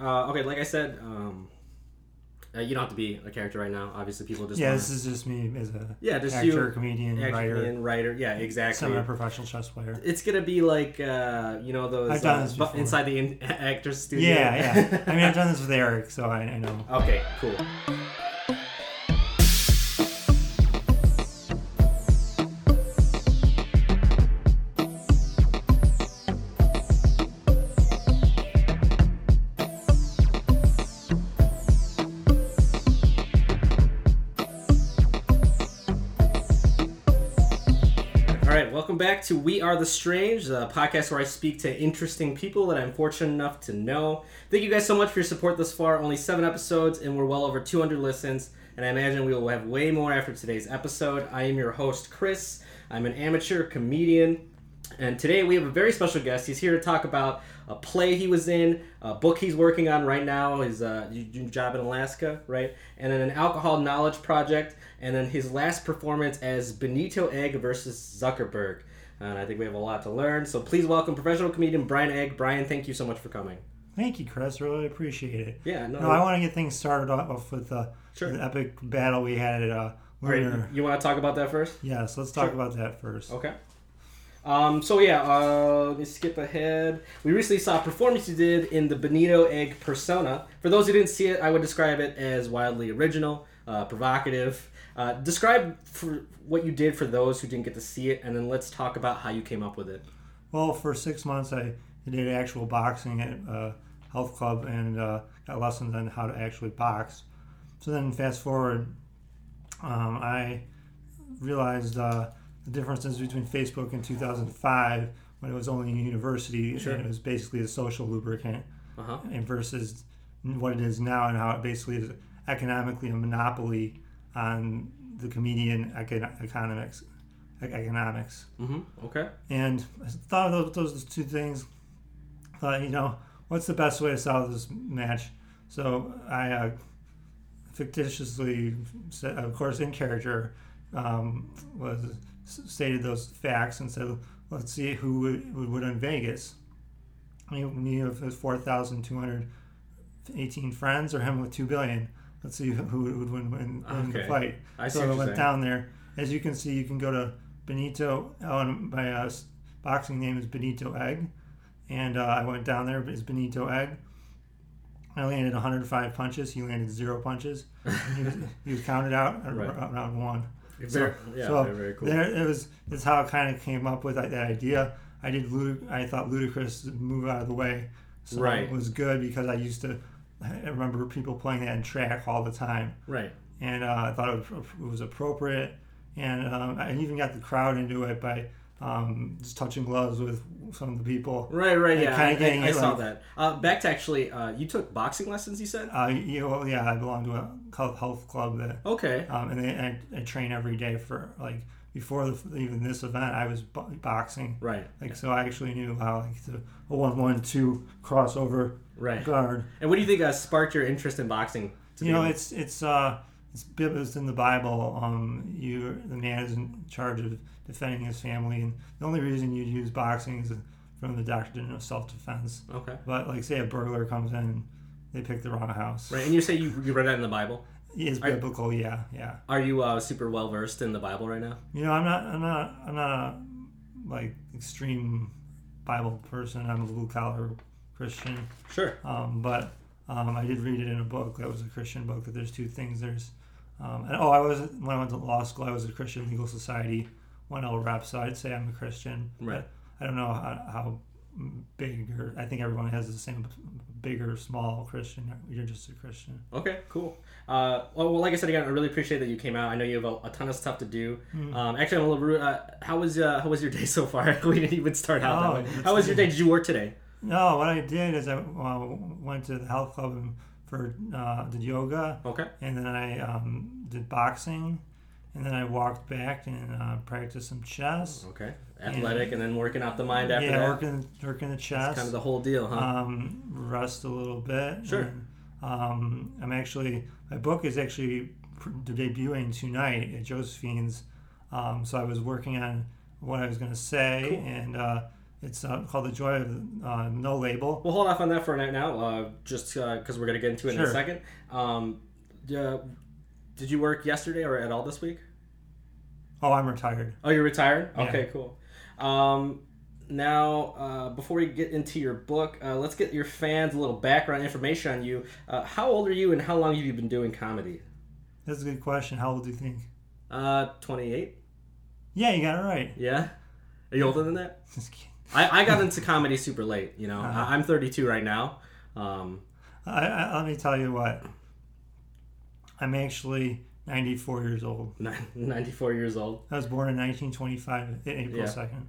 Uh, okay, like I said, um, uh, you don't have to be a character right now. Obviously, people just yeah, wanna- this is just me as a Yeah, just actor, you, comedian, actor, writer, comedian, writer. Yeah, exactly. semi-professional chess player. It's gonna be like uh, you know those I've done uh, this bu- before. inside the in- actor's studio. Yeah, yeah. I mean, I've done this with Eric, so I, I know. okay, cool. All right, welcome back to We Are the Strange, the podcast where I speak to interesting people that I'm fortunate enough to know. Thank you guys so much for your support thus far. Only seven episodes, and we're well over 200 listens. And I imagine we will have way more after today's episode. I am your host, Chris. I'm an amateur comedian. And today we have a very special guest. He's here to talk about a play he was in, a book he's working on right now, his uh, y- y- job in Alaska, right? And then an alcohol knowledge project, and then his last performance as Benito Egg versus Zuckerberg. And I think we have a lot to learn. So please welcome professional comedian Brian Egg. Brian, thank you so much for coming. Thank you, Chris. Really appreciate it. Yeah, no, No, I want to get things started off with uh, Sure. the epic battle we had at uh, All right, Lunar. you- you want to talk about that first? Yes, let's talk Sure. about that first. Okay. Um, so yeah, uh, let me skip ahead. We recently saw a performance you did in the Benito Egg persona. For those who didn't see it, I would describe it as wildly original, uh, provocative. Uh, describe for what you did for those who didn't get to see it, and then let's talk about how you came up with it. Well, for six months, I did actual boxing at a health club and uh, got lessons on how to actually box. So then, fast forward, um, I realized uh, the differences between Facebook in 2005 when it was only in university and it was basically a social lubricant Uh huh. and versus what it is now and how it basically is economically a monopoly on the comedian econ- economics. e- Economics hmm Okay. and I thought of those, those two things. Thought, you know, what's the best way to solve this match? So I uh, fictitiously, said, of course, in character, um, was s- stated those facts and said, let's see who would, would win in Vegas. Me me with his 4,218 friends or him with 2 billion. Let's see who would win, win, win the Okay. fight I see so I what you're went saying. down there. As you can see, you can go to Benito. Oh, and my uh, s- boxing name is Benito Egg, and uh, I went down there as Benito Egg. I landed 105 punches. He landed zero punches. He was, he was counted out at Right. r- round one. Very, yeah, so very, very cool. There, it was. That's how I kind of came up with that, that idea. I did. Ludic- I thought ludicrous move out of the way. So Right. It was good because I used to. I remember people playing that in track all the time Right. and uh, I thought it was, it was appropriate. And um, I even got the crowd into it by um, just touching gloves with some of the people. Right. Right. And Yeah. kinda I, getting I, I it, saw like- that. Uh, back to actually, uh, you took boxing lessons. You said. Uh, you know, yeah, I belong to a cul- health club that, Okay. um, and, they, and I, I train every day for like before the, even this event, I was bo- boxing. Right. Like so, I actually knew how like the a one-one-two crossover Right. guard. And what do you think uh, sparked your interest in boxing? to You know, begin it's it's uh, it's Bibba's in the Bible. Um, you the man is in charge of defending his family, and the only reason you use boxing is from the doctrine of self-defense. with? okay. But like, say a burglar comes in, and they pick the wrong house. Right, and you say you, you read that in the Bible. It's Are- biblical, yeah, yeah. Are you uh, super well versed in the Bible right now? You know, I'm not, I'm not, I'm not a like extreme Bible person. I'm a blue collar Christian. Sure. Um, but um, I did read it in a book that was a Christian book. That there's two things. There's um, and oh, I was when I went to law school, I was a Christian Legal Society one L rep, so I'd say I'm a Christian. Right. But I don't know how, how big or I think everyone has the same big or small Christian. You're just a Christian. Okay, cool. Uh, well, well, like I said again, I really appreciate that you came out. I know you have a, a ton of stuff to do. Mm. Um, actually, I'm a little rude. Uh, how was uh, how was your day so far? we didn't even start out Oh, that way. that's How was your day? Did you work today? No, what I did is I uh, went to the health club and for uh, did yoga. Okay. and then I um, did boxing, and then I walked back and uh, practiced some chess. Okay. Athletic, and then working out the mind after yeah, that. working working the chess. Kind of the whole deal, huh? um, rest a little bit. Sure. And, um, I'm actually my book is actually pr- debuting tonight at Josephine's, um, so I was working on what I was going to say, Cool. and uh, It's uh, called The Joy of uh, No Label. We'll hold off on that for right now, uh, just because we're going to get into it in a Sure. second. Um, uh, did you work yesterday or at all this week? Oh, I'm retired. Oh, you're retired? Yeah. Okay, cool. Um, now, uh, before we get into your book, uh, let's get your fans a little background information on you. Uh, how old are you and how long have you been doing comedy? That's a good question. How old do you think? Uh, 28? Yeah, you got it right. Yeah? Are you older than that? Just kidding. I, I got into comedy super late, you know. Uh-huh. I, I'm 32 right now. Um, I, I, let me tell you what. I'm actually 94 years old. nine- 94 years old. I was born in 1925, A- April Yeah. 2nd.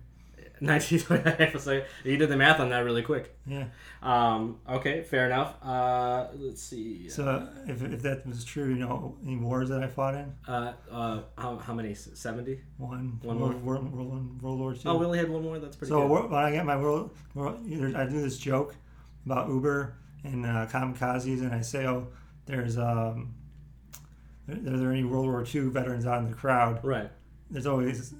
19, I have to say, you did the math on that really quick. Yeah. Um, okay, fair enough. Uh, let's see. So if, if that was true, you know, any wars that I fought in, Uh, uh, how, how many? 70? one, One World, World, World, World, World War II. Oh, we only had one more. That's pretty so good. wor- when I got my world, world either- I do this joke about Uber and uh, kamikazes, and I say, oh, there's um, there- are there any World War II veterans out in the crowd? Right. there's always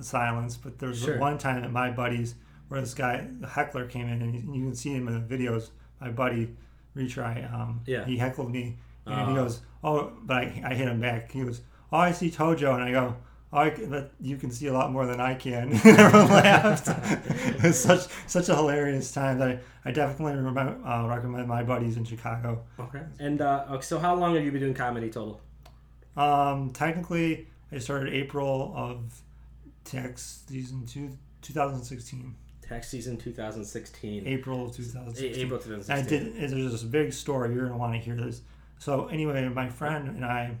silence, but there's Sure. one time at my buddy's where this guy, the heckler, came in, and you- you can see him in the videos. My buddy, retry, um, Yeah. he heckled me, and Ah. he goes, "Oh," but I, I hit him back. He goes, "Oh, I see Tojo," and I go. "Oh, I can, but you can see a lot more than I can. Everyone laughed. it was such such a hilarious time that I, I definitely remember, uh, recommend my buddies in Chicago. Okay. And uh, okay, so, how long have you been doing comedy total? Um, technically, I started April of tax season two, 2016. Tax season 2016. April of A- 2016. April I 2016. did. There's this big story. You're gonna want to hear this. So anyway, my friend and I,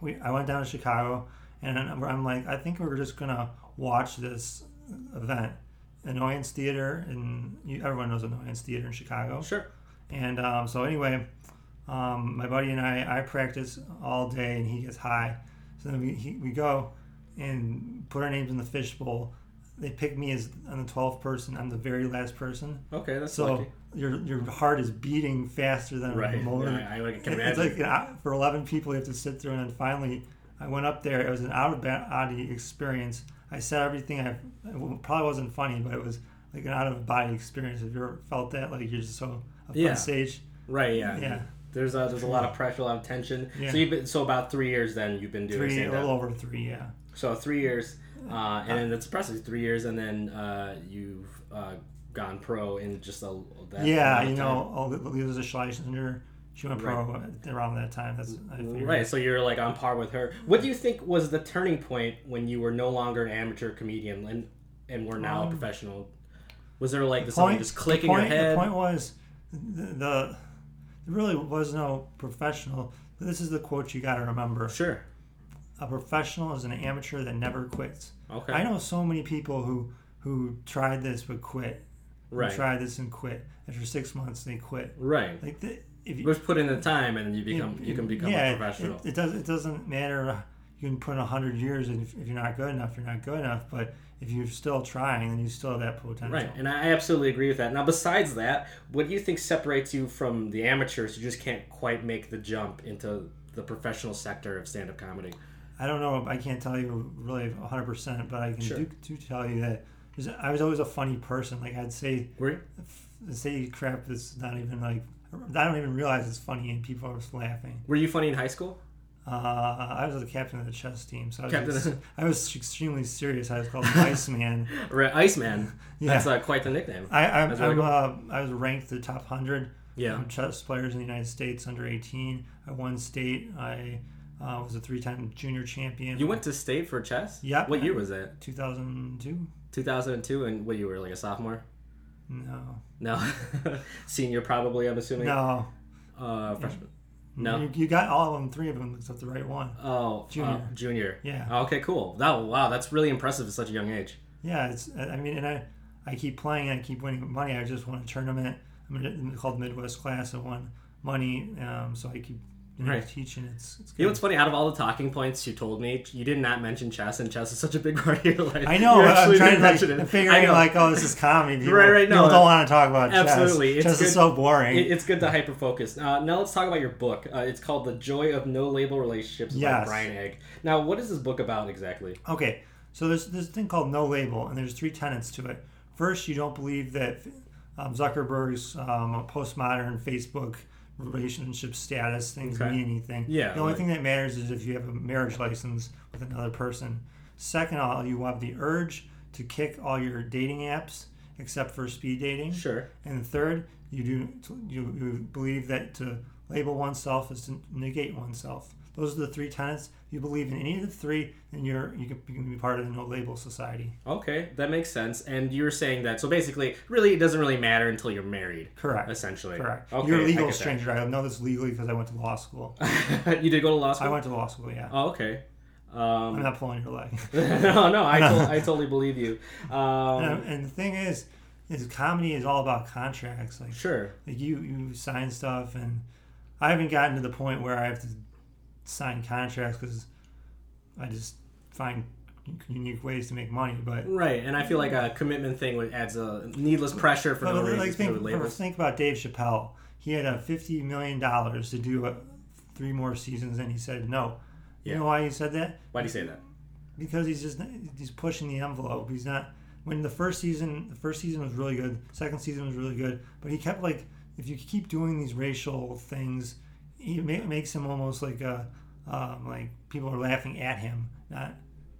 we I went down to Chicago, and I'm I'm like, I think we're just gonna watch this event, Annoyance Theater, and you, everyone knows Annoyance Theater in Chicago. Oh, Sure. And um, so anyway, um, my buddy and I, I practice all day, and he gets high. So then we, he, we go and put our names in the fishbowl. They pick me as I'm the 12th person. I'm the very last person. Okay, that's So lucky. your your heart is beating faster than Right. a motor. Yeah, I, I can imagine. It- It's like an, hou- for 11 people you have to sit through, and then finally I went up there. It was an out of body experience. I said everything. I it probably wasn't funny, but it was like an out of body experience. Have you ever felt that? Like you're just so up Yeah. on stage. right. Yeah. Yeah. There's a, there's a lot of pressure, a lot of tension. Yeah. So you've been so about three years then you've been doing Three, a stand-up. little over three, yeah. So three years, uh, and then that's impressive. Three years, and then uh, you've uh, gone pro in just a that yeah, amount of time. you know, all the Lisa Schlesinger, she went pro around that time. That's I figured. Right, so you're like on par with her. What do you think was the turning point when you were no longer an amateur comedian and and were now a professional? Was there like this something just click Um, in the your point- head? The point was, the, the there really was no professional. This is the quote you got to remember: Sure. a professional is an amateur that never quits. Okay. I know so many people who who tried this but quit. Who Right. Tried this and quit. After six months, they quit. Right. Like the, if you Just put in the time, and then you become you can become yeah, a professional. It, it does. It doesn't matter. uh, You can put in hundred years, and if, if you're not good enough, you're not good enough. But if you're still trying, then you still have that potential. Right, and I absolutely agree with that. Now, besides that, what do you think separates you from the amateurs who just can't quite make the jump into the professional sector of stand-up comedy? I don't know. I can't tell you really 100%, but I can Sure. do, do tell you that 'cause I was always a funny person. Like I'd say Agree? say crap that's not even like I don't even realize it's funny, and people are just laughing. Were you funny in high school? Uh, I was the captain of the chess team, so I was, Captain. I was extremely serious. I was called the Iceman. Right, Iceman. Yeah. That's uh, quite the nickname. I I, That's really I'm, cool. uh, I was ranked the top hundred Yeah. um, chess players in the United States under 18. I won state. I uh, was a three-time junior champion. You went to state for chess? Yep. What year was that? 2002. 2002, and what, you were like a sophomore? No, No. Senior, probably, I'm assuming. no. Uh, freshman. No. You, you got all of them, three of them, except the right one. Oh, junior. Junior. junior. Yeah. Okay, cool. That, wow, that's really impressive at such a young age. Yeah, it's. I I mean, and I, I keep playing. I keep winning money. I just won a tournament. I'm in- it's called Midwest Class. I won money. Um, so I keep you know, Right. teaching. It's. it's You know good. what's funny? Out of all the talking points you told me, you did not mention chess, and chess is such a big part of your life. I know. You but I'm actually trying didn't to like, mention it. I'm I figuring know. like, oh, this is comedy. People, Right, right, no, people don't want to talk about absolutely, it's chess. Chess good- is so boring. It- it's good to hyper focus. Uh, now let's talk about your book. Uh, it's called "The Joy of No Label Relationships" by Yes. Brian Egg. Now, what is this book about exactly? okay, so there's this thing called no label, and there's three tenets to it. First, you don't believe that um, Zuckerberg's um, postmodern Facebook relationship status things Okay. mean anything. Yeah, The only like- thing that matters is if you have a marriage license with another person. Second, all you have the urge to kick all your dating apps except for speed dating. Sure. And third, you do you, you believe that to label oneself is to negate oneself. Those are the three tenets. If you believe in any of the three, then you're you can, you can be part of the no label society. Okay, that makes sense. And you were saying that so basically, really, it doesn't really matter until you're married. Correct. Essentially. Correct. Okay, you're a I legal get that. stranger. I know this legally because I went to law school. you did go to law I school. went to law school. Yeah. oh, okay. I'm Um, not pulling your leg. no, no, I, to- I totally believe you. Um, and, and the thing is, is comedy is all about contracts. Like sure. like you you sign stuff and i haven't gotten to the point where i have to sign contracts because i just find unique ways to make money but Right, and I feel like a commitment thing would adds a needless pressure for but no reason like for think, the labels. think about dave chappelle he had a 50 million dollars to do uh three more seasons and he said no Yeah. you know why he said that Why do you say that? because he's just he's pushing the envelope. He's not when the first season the first season was really good, second season was really good, but he kept like if you keep doing these racial things, he ma- makes him almost like a um, like people are laughing at him, not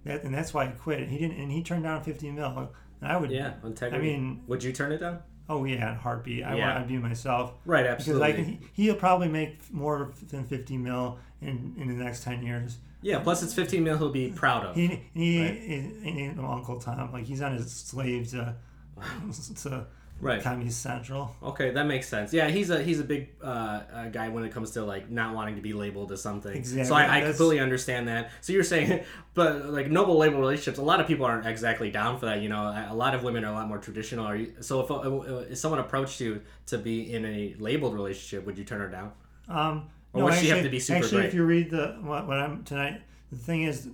that, and that's why he quit. He didn't, and he turned down fifty mil. And I would, Yeah, I integrity. mean, would you turn it down? oh yeah, in a heartbeat. I Yeah. want to be myself. Right, Because absolutely. I can, he'll probably make more than fifty mil in, in the next ten years. yeah, plus it's 15 mil he'll be proud of. He, he, Right. he, he ain't no Uncle Tom. Like he's on his slave to, to Right. Comedy Central. Okay, that makes sense. Yeah, he's a he's a big uh, uh, guy when it comes to like not wanting to be labeled as something. So Exactly, I, I that's- completely understand that. So you're saying, but like noble label relationships, a lot of people aren't exactly down for that. You know, a a lot of women are a lot more traditional. Are you, so if, uh, if someone approached you to be in a labeled relationship, would you turn her down? Um, Or would she have to be super actually, great? if you read the what, what I'm tonight, the thing is,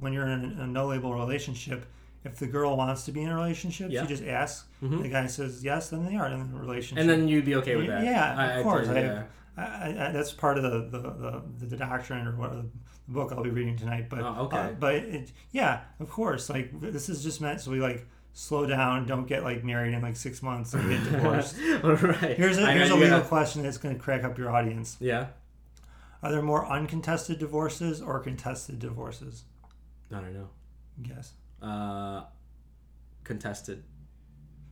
when you're in a no label relationship, if the girl wants to be in a relationship, Yeah. Mm-hmm. she just asks. The guy says yes, then they are in a relationship. And then you'd be okay with that? Yeah, I- I of course. totally- I- yeah. I, I, I, that's part of the the, the, the doctrine or what, the book I'll be reading tonight. But Oh, okay. uh, but it, yeah, of course. Like this is just meant so we like slow down, don't get like married in like six months and get divorced. All right. here's a I know here's a you legal gotta- question that's going to crack up your audience. Yeah. Are there more uncontested divorces or contested divorces? I don't know. Yes, Uh, contested.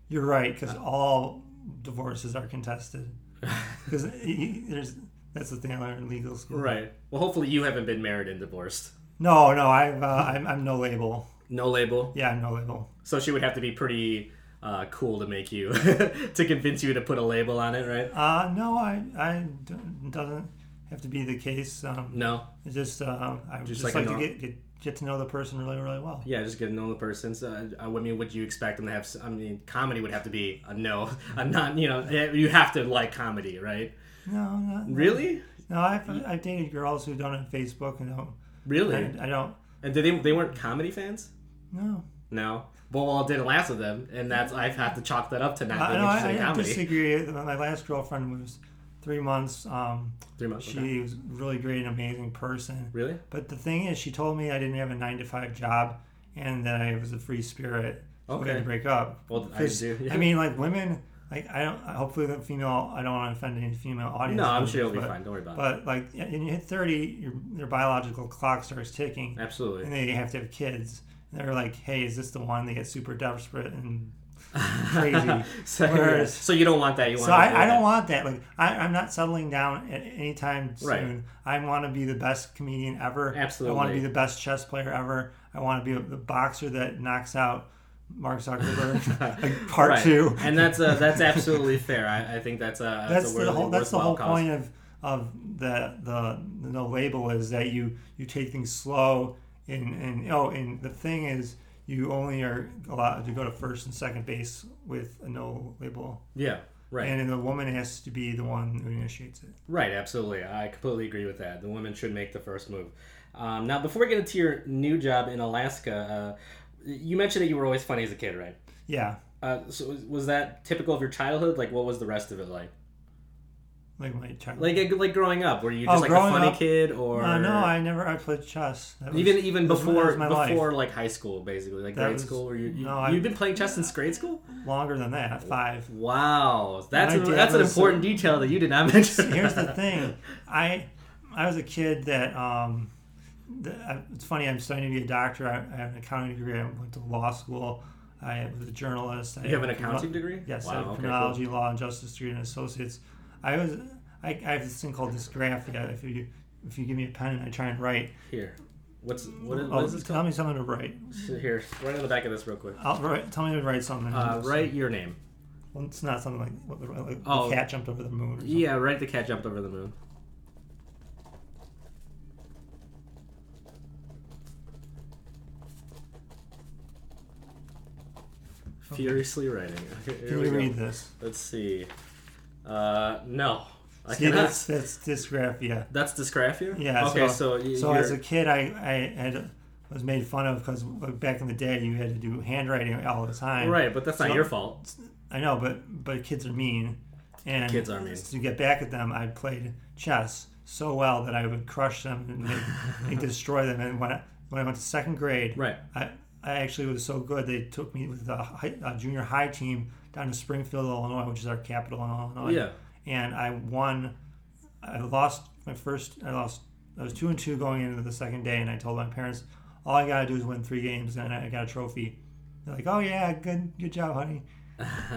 you're right because Uh. all divorces are contested. Because there's that's the thing I learned in legal school. Right. Well, hopefully you haven't been married and divorced. No, no, I've uh, I'm, I'm no label. No label. Yeah, I'm no label. So she would have to be pretty uh, cool to make you to convince you to put a label on it, right? Uh, no, I, I don't- doesn't have to be the case. Um, No. it's just um, I would Just just, like a like, to norm- get, get get to know the person really really well. Yeah, just get to know the person. So, uh, I mean, would you expect them to have? s- I mean, comedy would have to be a no, a non. You know, eh, you have to like comedy, right? No, not, Really, no, I've, I've dated girls who don't have Facebook and don't. really. I, I don't. And did they? They weren't comedy fans. No, No. Well, well, it didn't last with them, and that's I have to chalk that up to not I, being no, interested in I, I comedy. disagree. My last girlfriend was three months. Um, Three months. she okay. was a really great, and amazing person. Really? But the thing is, she told me I didn't have a nine to five job and that I was a free spirit. So we had Okay. to break up. Well, I 'Cause, do, yeah. I mean, like women, like I don't. Hopefully, the female. I don't want to offend any female audience. No, I'm members, sure you'll be but, fine. Don't worry about it. But like, yeah, when you hit thirty, your, your biological clock starts ticking, Absolutely. and then you have to have kids. And they're like, "Hey, is this the one?" They get super desperate and crazy. so, Whereas- so you don't want that. You want. So to I, I avoid don't that. want that. Like I, I'm not settling down at any time soon. Right. I want to be the best comedian ever. I want Absolutely. to be the best chess player ever. I want to be the boxer that knocks out Mark Zuckerberg. like part Right. two. and that's uh, that's absolutely fair. I, I think that's a that's, That's a worthy, the whole. That's the worthwhile whole cause. point of of the the the no label is that you you take things slow and and oh and the thing is you only are allowed to go to first and second base with a no label Yeah, right, and the woman has to be the one who initiates it. right, absolutely. I completely agree with that. The women should make the first move. Um, now, before we get into your new job in Alaska, uh, you mentioned that you were always funny as a kid, right? Yeah. Uh, so was- was that typical of your childhood? Like, what was the rest of it like? like my childhood. Like like growing up, were you Oh, just like a growing funny up- kid or Uh, no, I never. I played chess. That was- even even that was my- that before was my life. before like high school, basically like That grade was- school. Where you, you no, I- you've been playing chess since grade school? longer than that, five. Wow, that's I a, did. that's an Listen. important detail that you did not mention. Here's the thing, I I was a kid that um, the, I, it's funny. I'm studying to be a doctor. I, I have an accounting degree. I went to law school. I was a journalist. I You have an accounting degree? Yes, I Wow, have a okay, criminology, law, and justice degree and associates. I was I, I have this thing called dysgraphia. If you if you give me a pen and I try and write, cool. Here. What's what is, oh, what is this tell me something to write. called? Here, right on the back of this, real quick. I'll write. Tell me to write something. Uh, write your name. Well, it's not something like, what the- like Oh. the cat jumped over the moon. Or something. Yeah, right. The cat jumped over the moon. Furiously writing. Okay, here Can we you go. read this? Let's see. Uh, no, I See, cannot. that's that's dysgraphia. That's dysgraphia. Yeah. Okay, So so you, so you're, as a kid, I I had was made fun of because back in the day you had to do handwriting all the time. right, but that's not so- your fault. I know, but but kids are mean, and Kids are mean. To get back at them, I played chess so well that I would crush them and make, make destroy them. And when I, when I went to second grade, Right. I I actually was so good they took me with the high, uh, junior high team down to Springfield, Illinois, which is our capital in Illinois. Yeah. and I won. I lost my first. I lost. I was two and two going into the second day, and I told my parents, "All I gotta do is win three games, and I got a trophy." They're like, "Oh yeah, good, good job, honey."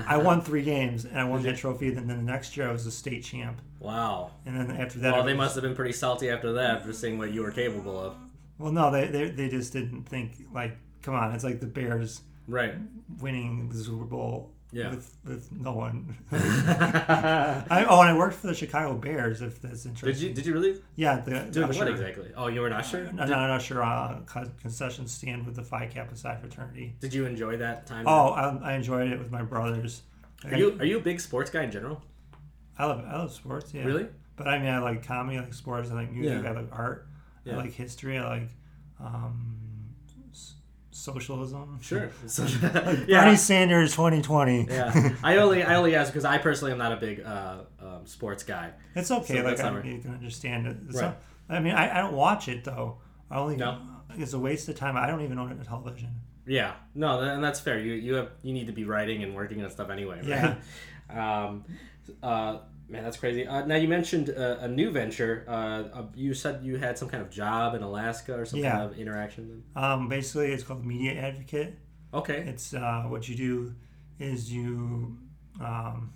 I won three games, and I won that trophy. And then the next year, I was a state champ. Wow. And then after that, I Well, they was- must have been pretty salty after that for seeing what you were capable of. Well, no, they, they they just didn't think like, come on, it's like the Bears Right. winning the Super Bowl Yeah. with with no one. I, oh, and I worked for the Chicago Bears. If that's did interesting. you did you really? Yeah, the Dude, usher- what exactly? Oh, you were not sure. No, no, no, sure. Uh, con- concession stand with the Phi Kappa Psi fraternity. Did you enjoy that time? Oh, I, I enjoyed it with my brothers. Are you are you a big sports guy in general? I love I love sports. Yeah, Really? But I mean, I like comedy, I like sports, I like music, Yeah. I like art, Yeah. I like history, I like um, s- socialism. Sure. So, Bernie yeah. Sanders, twenty twenty. Yeah. I only I only ask because I personally am not a big uh, um, sports guy. It's okay. So like that's I not mean, you can understand it. It's Right. not- I mean, I, I don't watch it though. I only No. it's a waste of time. I don't even own a television. Yeah, no, th- and that's fair. You you have you need to be writing and working on stuff anyway. Right? Yeah. Um, uh, man, that's crazy. Uh, now you mentioned uh, a new venture. Uh, uh, you said you had some kind of job in Alaska or some Yeah. kind of interaction. Um, basically, it's called Media Advocate. Okay. It's uh, what you do is you um,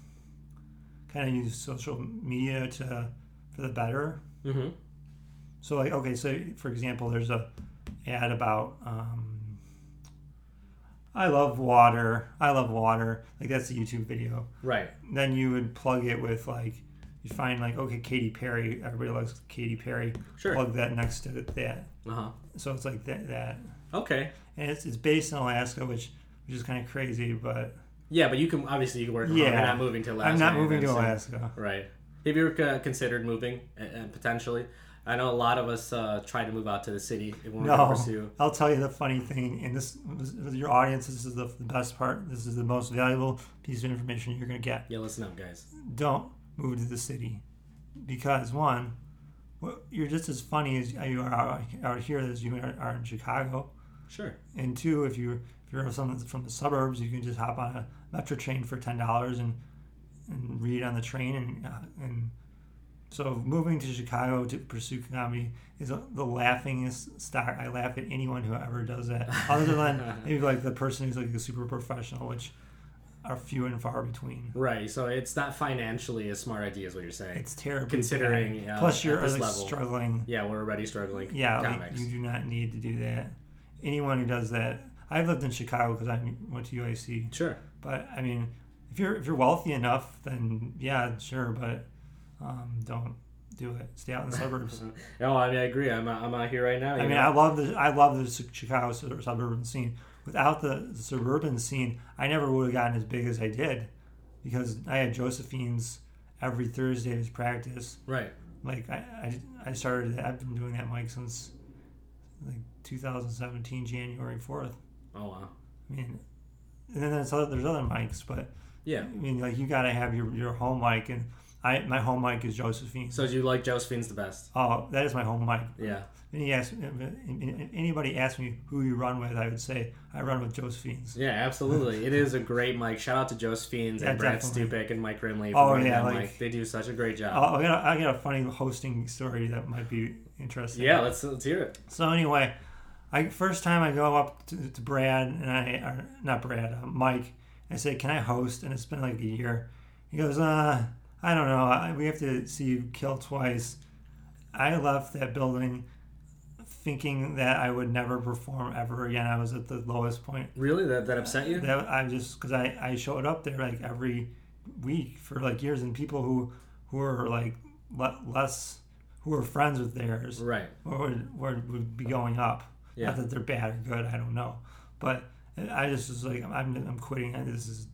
kind of use social media to for the better. Mm-hmm. So like okay, so for example, there's a ad about um, I love water. I love water. Like that's a YouTube video. Right. Then you would plug it with like you find like okay, Katy Perry. Everybody loves Katy Perry. Sure. Plug that next to that. Uh huh. So it's like that that, Okay. and it's, it's based in Alaska, which which is kind of crazy, but Yeah, but you can obviously you can work. from home. Yeah. You're not moving to Alaska. I'm not moving anytime to soon. Alaska. Right. Have you ever uh, considered moving uh, uh, potentially? I know a lot of us uh, try to move out to the city and want to No, pursue. I'll tell you the funny thing, and this your audience. This is the, the best part. This is the most valuable piece of information you're gonna get. Yeah, listen up, guys. Don't move to the city, because one, wh- you're just as funny as you are out- out here as you are are in Chicago, Sure. and two, if you if you're someone that's from the suburbs, you can just hop on a metro train for ten dollars and and read on the train and uh, and. So moving to Chicago to pursue comedy is the laughingest stock. I laugh at anyone who ever does that, other than maybe like the person who's like a super professional, which are few and far between. Right. So it's not financially a smart idea, is what you're saying. It's terrible. Considering, uh, plus you're at this like level. struggling. Yeah, we're already struggling. Yeah, like, comics. you do not need to do that. Anyone who does that, I've lived in Chicago because I went to UIC. sure. But I mean, if you're if you're wealthy enough, then yeah, sure. But um, don't do it. Stay out in the suburbs. No, I mean I agree. I'm uh, I'm out here right now. you I mean, know? I love the I love the su- Chicago sub- suburban scene. Without the, the suburban scene, I never would have gotten as big as I did, because I had Josephine's every Thursday as practice. right. Like I, I, I started. I've been doing that mic since like 2017 January 4th. Oh wow. I mean, and then there's other, there's other mics, but Yeah. I mean, like you got to have your your home mic, and I my home mic is Josephine. So do you like Josephine's the best? Oh, that is my home mic. Yeah. And he asked, if- if anybody asked me who you run with, I would say I run with Josephine's. Yeah, absolutely. it is a great mic. Shout out to Josephine's Yeah, and Brad definitely. Stupik and Mike Rimley. Oh, for running yeah, that like- Oh. mic. they do such a great job. I'll, I got a, I got a funny hosting story that might be interesting. yeah, let's let's hear it. So anyway, I first time I go up to, to Brad and I, or not Brad, uh, Mike. I say, "Can I host?" And it's been like a year. He goes, "Uh, I don't know. I, we have to see you kill twice." I left that building thinking that I would never perform ever again. I was at the lowest point. Really, that that upset you? That I just because I I showed up there like every week for like years, and people who who were like le- less who were friends with theirs Right. or would, or would be going up. Yeah. Not that they're bad or good, I don't know. But I just was like, I'm, I'm quitting. and This is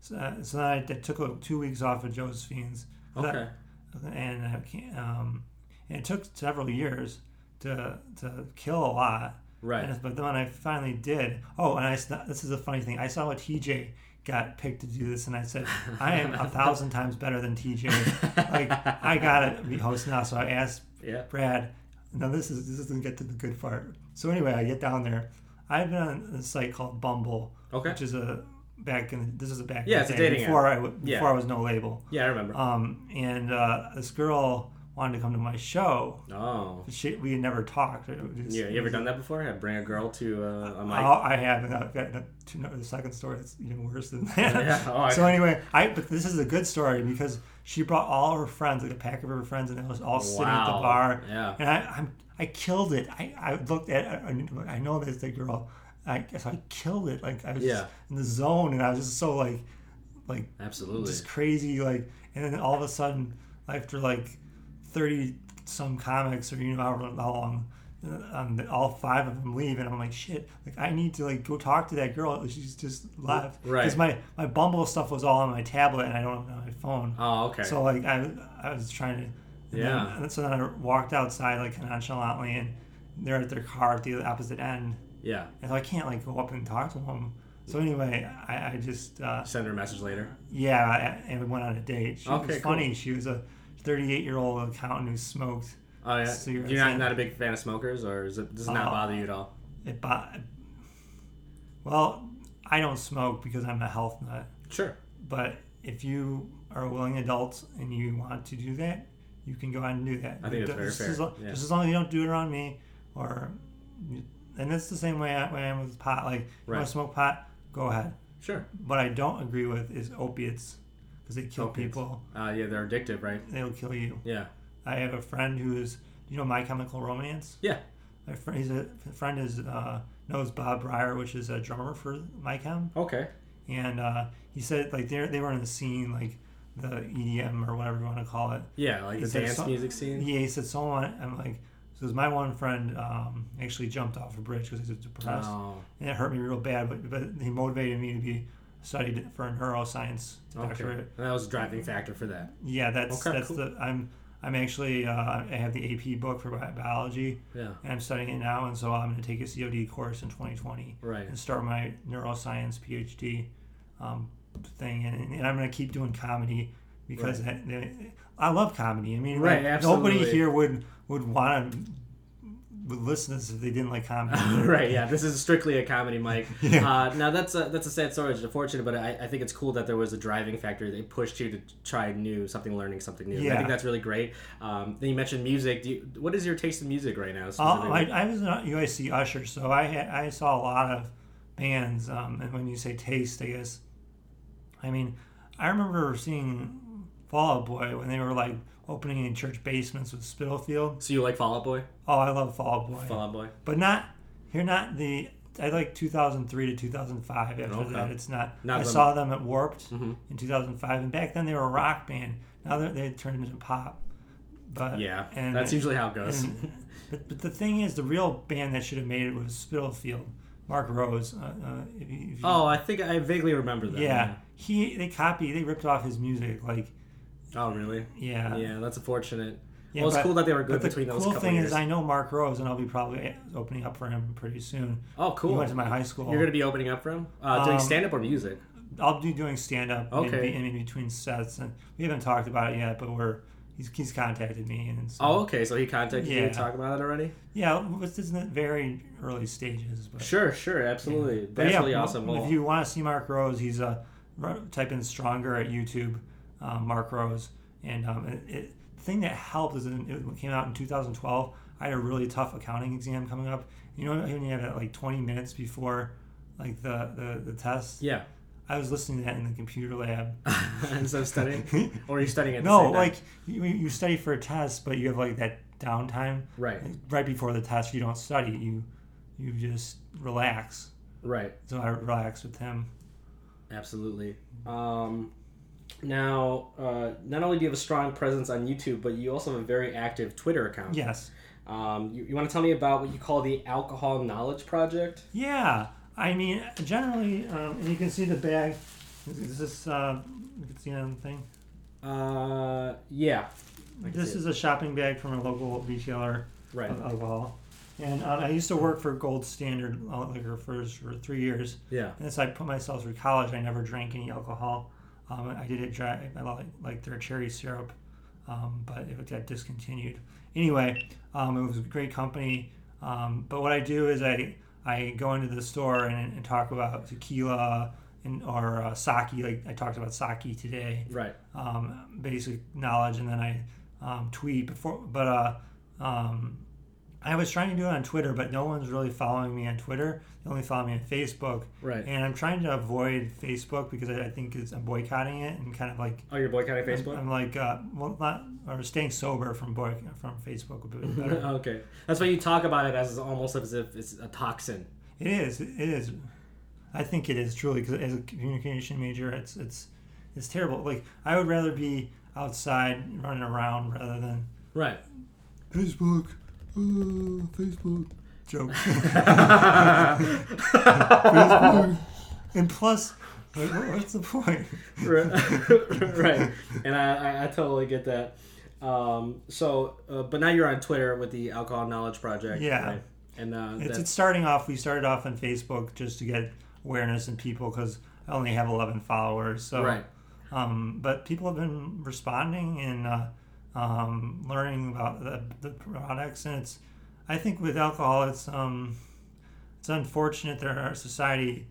so, so I took uh, two weeks off of Josephine's, Okay. and I can't. Um, and it took several years to to kill a lot. Right. And, but then when I finally did, oh, and I saw- this is a funny thing. I saw what TJ got picked to do this, and I said, I am a thousand times better than TJ. like I gotta be host now. So I asked Yeah. Brad, now this is this doesn't get to the good part. So anyway, I get down there. I've been on a site called Bumble, Okay. which is a back in this is a back in Yeah, the it's a day, dating before I w- Yeah. before I was no label. Yeah, I remember. Um, and uh, this girl wanted to come to my show. oh. She, we had never talked. It was just- Yeah, you ever done that before? Yeah, bring a girl to uh, a mic. Oh, I have, and I've got to know the second story. It's even worse than that. Yeah, oh, I- so anyway, I but this is a good story because she brought all her friends, like a pack of her friends, and they was all sitting at the Wow. bar. Yeah. and I I'm, I killed it. I, I looked at uh, I, I know there's the girl. I so I killed it. Like I was Yeah. just in the zone, and I was just so like like Absolutely. just crazy like and then all of a sudden after like 30 some comics or you know however how long uh, um, all five of them leave and i'm like shit like i need to like go talk to that girl she's just left Right. because my my bumble stuff was all on my tablet and i don't have it on my phone Oh, okay. so like I, I was trying to and Yeah. then, and so then i walked outside like nonchalantly and they're at their car at the opposite end yeah. and so i can't like go up and talk to them so anyway i, I just uh, Send her a message later. yeah, and we went on a date. She Okay, was funny. She was a 38 year old accountant who smoked. Oh yeah. So you're you're not, saying- not a big fan of smokers, or is it, does it not Oh. bother you at all? It bought, well, I don't smoke because I'm a health nut. Sure. But if you are a willing adult and you want to do that, you can go out and do that. I think that's very just fair, As long, yeah. Just as long as you don't do it around me, or and that's the same way I, way I am with pot. Like, you Right. want to smoke pot? Go ahead. Sure. What I don't agree with is opiates because they kill Opiates. people. Uh, yeah, they're addictive, right? They'll kill you. Yeah. I have a friend who is, you know, My Chemical Romance. Yeah. My friend, he's a friend is uh, knows Bob Breyer, which is a drummer for My Chem, Okay. and uh, he said like they they were in the scene like the EDM or whatever you want to call it. Yeah, like Is the there dance some- music scene. Yeah, he said someone. I'm like, so my one friend um, actually jumped off a bridge because he was depressed, Oh, and it hurt me real bad. But but he motivated me to be studied for a neuroscience okay. doctorate. And that was a driving factor for that. Yeah, that's Okay, that's cool. the I'm I'm actually uh, I have the AP book for bi- biology. Yeah. and I'm studying it now, and so I'm going to take a COD course in 2020 Right. and start my neuroscience PhD um, thing, and, and I'm going to keep doing comedy because I, I love comedy. I mean, Right, like, nobody absolutely. here would would want to would listen to this if they didn't like comedy. right. Yeah. This is strictly a comedy, Mike. Yeah. Uh, now that's a, that's a sad story. It's unfortunate, but I, I think it's cool that there was a driving factor that pushed you to try new something, learning something new. I Yeah. think that's really great. Um, then you mentioned music. Do you, what is your taste in music right now? Oh, I, specifically? I was an UIC usher, so I had, I saw a lot of bands. Um, and when you say taste, I guess, I mean, I remember seeing Fall Out Boy when they were like opening in church basements with Spitalfield. so you like Fall Out Boy? Oh, I love Fall Out Boy, Fall Out Boy. but not you're not the. I like 2003 to 2005. After Okay. that, it's not. Not Mm-hmm. I them. saw them at Warped in 2005, and back then they were a rock band. Now they they turned into pop. But Yeah. Uh, and that's usually how it goes. and- but, but the thing is, the real band that should have made it was Spitalfield, Mark Rose. Uh, uh, if you, if you, oh, I think I vaguely remember that. yeah, he they copied, they ripped off his music. Like, Oh, really? yeah, Yeah, that's unfortunate. Uh, Yeah, well, it's but- cool that they were good But the between those cool couple thing years. is, I know Mark Rose, and I'll be probably opening up for him pretty soon. oh, He cool. went to my high school. You're going to be opening up for him? Uh, doing Um, stand up or music? I'll be doing stand up Okay. in, in between sets, and we haven't talked about it yet. But we're he's, he's contacted me, and so, Oh, okay. So he contacted you Yeah. to talk about it already. yeah, this isn't very early stages, but Sure, sure, absolutely. But That's yeah, really m- awesome. Well, If you want to see Mark Rose, he's uh, r- type in stronger at YouTube, um, Mark Rose, and um, it, it, the thing that helped is in, it came out in 2012. I had a really tough accounting exam coming up. You know, when you have that like 20 minutes before like the the, the test. yeah. I was listening to that in the computer lab. Instead of studying, or you're studying at the no, same time. like you, you study for a test, but you have like that downtime right, right before the test. You don't study. You you just relax. right, So I relaxed with him. absolutely. Um, now, uh, not only do you have a strong presence on YouTube, but you also have a very active Twitter account. Yes. Um, you, you want to tell me about what you call the Alcohol Knowledge Project? Yeah, I mean, generally, um, and you can see the bag. Is this, uh, you can see on the thing. Uh, yeah. I can This uh, see it. is a shopping bag from a local retailer right. of alcohol. And um, I used to work for Gold Standard Liquor for, for three years. Yeah. And as I put myself through college, I never drank any alcohol. Um, I did it dry, I like, like their cherry syrup, um, but it got discontinued. Anyway, um, it was a great company. Um, but what I do is I, I go into the store and, and talk about tequila and or uh, sake. Like I talked about sake today Right. um, basic knowledge, and then I um, tweet before. But uh, um, I was trying to do it on Twitter, but no one's really following me on Twitter. They only follow me on Facebook, Right. and I'm trying to avoid Facebook because I, I think it's, I'm boycotting it and kind of like oh, you're boycotting I'm- Facebook. I'm, like uh, well, not or staying sober from boy from Facebook would be better. okay. That's why you talk about it as almost as if it's a toxin. It is. It is. I think it is truly because as a communication major, it's it's it's terrible. Like I would rather be outside running around rather than Right. Facebook, uh, Facebook joke. Facebook. And plus, like, what- what's the point? right. And I, I, I totally get that. Um, so, uh, but now you're on Twitter with the Alcohol Knowledge Project. Yeah. right? And uh, It's, that- it's starting off. We started off on Facebook just to get awareness and people because I only have 11 followers. So, right. um, but people have been responding and uh, um, learning about the, the products, and it's. I think with alcohol, it's um, it's unfortunate that our society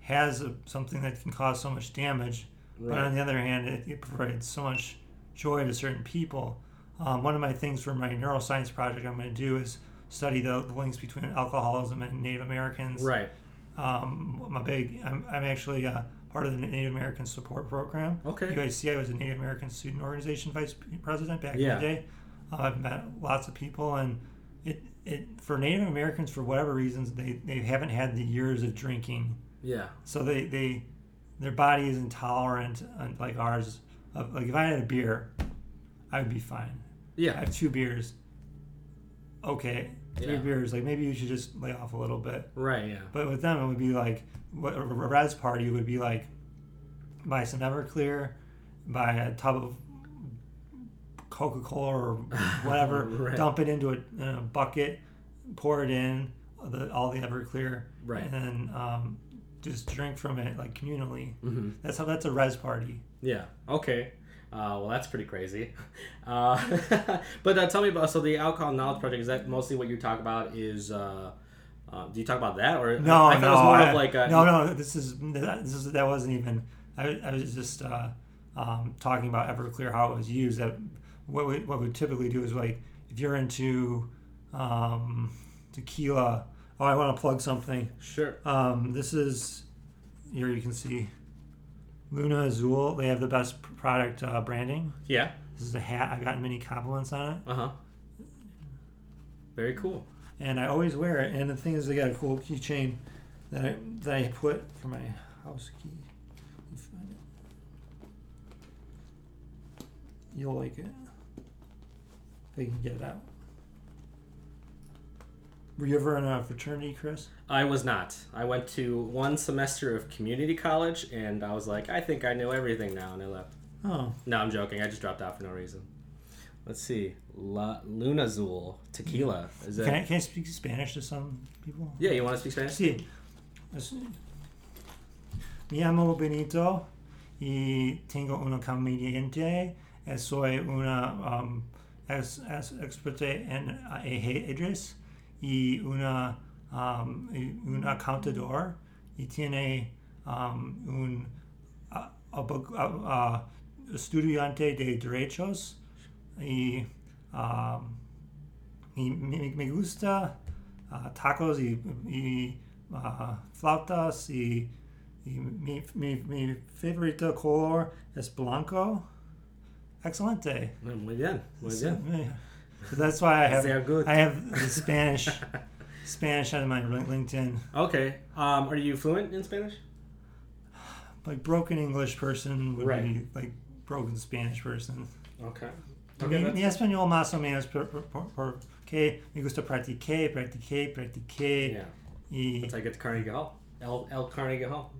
has a, something that can cause so much damage. But on the other hand, it, it provides so much joy to certain people. Um, one of my things for my neuroscience project I'm going to do is study the, the links between alcoholism and Native Americans. Right. Um, I'm a big. I'm, I'm actually uh, part of the Native American Support Program. Okay. UIC. I was a Native American Student Organization vice president back Yeah. in the day. Uh, I've met lots of people, and it it for Native Americans for whatever reasons they they haven't had the years of drinking, Yeah. so they they their body is intolerant uh, like ours. Of, like if I had a beer, I would be fine. I Yeah. have two beers. Okay, three Yeah. beers. Like maybe you should just lay off a little bit. Right. Yeah. But with them, it would be like what a res party would be like: buy some Everclear, buy a tub of Coca Cola or whatever, Right. dump it into a, in a bucket, pour it in the, all the Everclear, Right. and then um, just drink from it like communally. hmm That's how that's a res party. Yeah. Okay. Uh, well, that's pretty crazy. Uh, but uh, tell me about so the Alcohol Knowledge Project. Is that mostly what you talk about? Is uh, uh, do you talk about that or No, I, I thought no, it was more I- of like a, no, no. This is this is that wasn't even. I, I was just uh, um, talking about Everclear how it was used. That what we what we typically do is like if you're into um, tequila. Oh, I want to plug something. Sure. Um, this is here. You can see Luna Azul. They have the best product uh, branding. Yeah. This is a hat. I've gotten many compliments on it, Uh huh. Very cool. and I always wear it. And the thing is, they got a cool keychain that I that I put for my house key. Let me find it. You'll like it. If I can get it out. Were you ever in a fraternity, Chris? I was not. I went to one semester of community college, and I was like, I think I know everything now, and I left. Oh, No, I'm joking. I just dropped out for no reason. Let's see. La Lunazul tequila. Is that? can I, can I speak Spanish to some people? Yeah, you want to speak Spanish? Sí. Es- Mi amo Benito y tengo una comediante. Soy una um, es, es experta en uh, ajedrez y una, um, y una contador y tiene um, un uh, abog- uh, uh, estudiante de derechos y um, y me, me gusta uh, tacos y, y uh, flautas y, y mi, mi, mi favorito color es blanco. Excelente. Muy bien. Muy So, bien. yeah. So that's why I Sehr have gut. I have the Spanish Spanish on my Lin- LinkedIn. Okay. Um, are you fluent in Spanish? Like broken English person would be Right. like broken Spanish person. Okay. Mi, Okay. mi that's- español más o menos por, por, por, por que me gusta practiqué, practiqué, practiqué. yeah. Y That's how I get to Carnegie Hall. El, El Carnegie Hall.